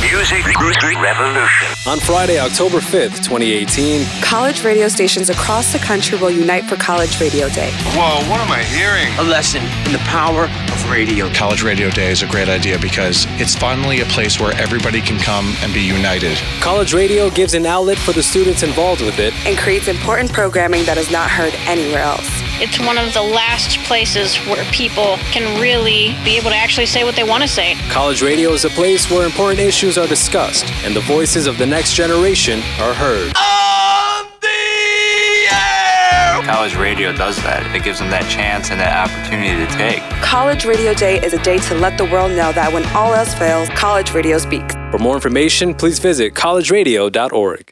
Music Revolution. On Friday, October 5th, 2018, College radio stations across the country will unite for College Radio Day. Whoa, what am I hearing? a lesson in the power of radio. College Radio Day is a great idea because it's finally a place where everybody can come and be united. college radio gives an outlet for the students involved with it. and creates important programming that is not heard anywhere else. It's one of the last places where people can really be able to actually say what they want to say. College radio is a place where important issues are discussed and the voices of the next generation are heard. College radio does that. It gives them that chance and that opportunity to take. College Radio Day is a day to let the world know that when all else fails, college radio speaks. For more information, please visit collegeradio.org.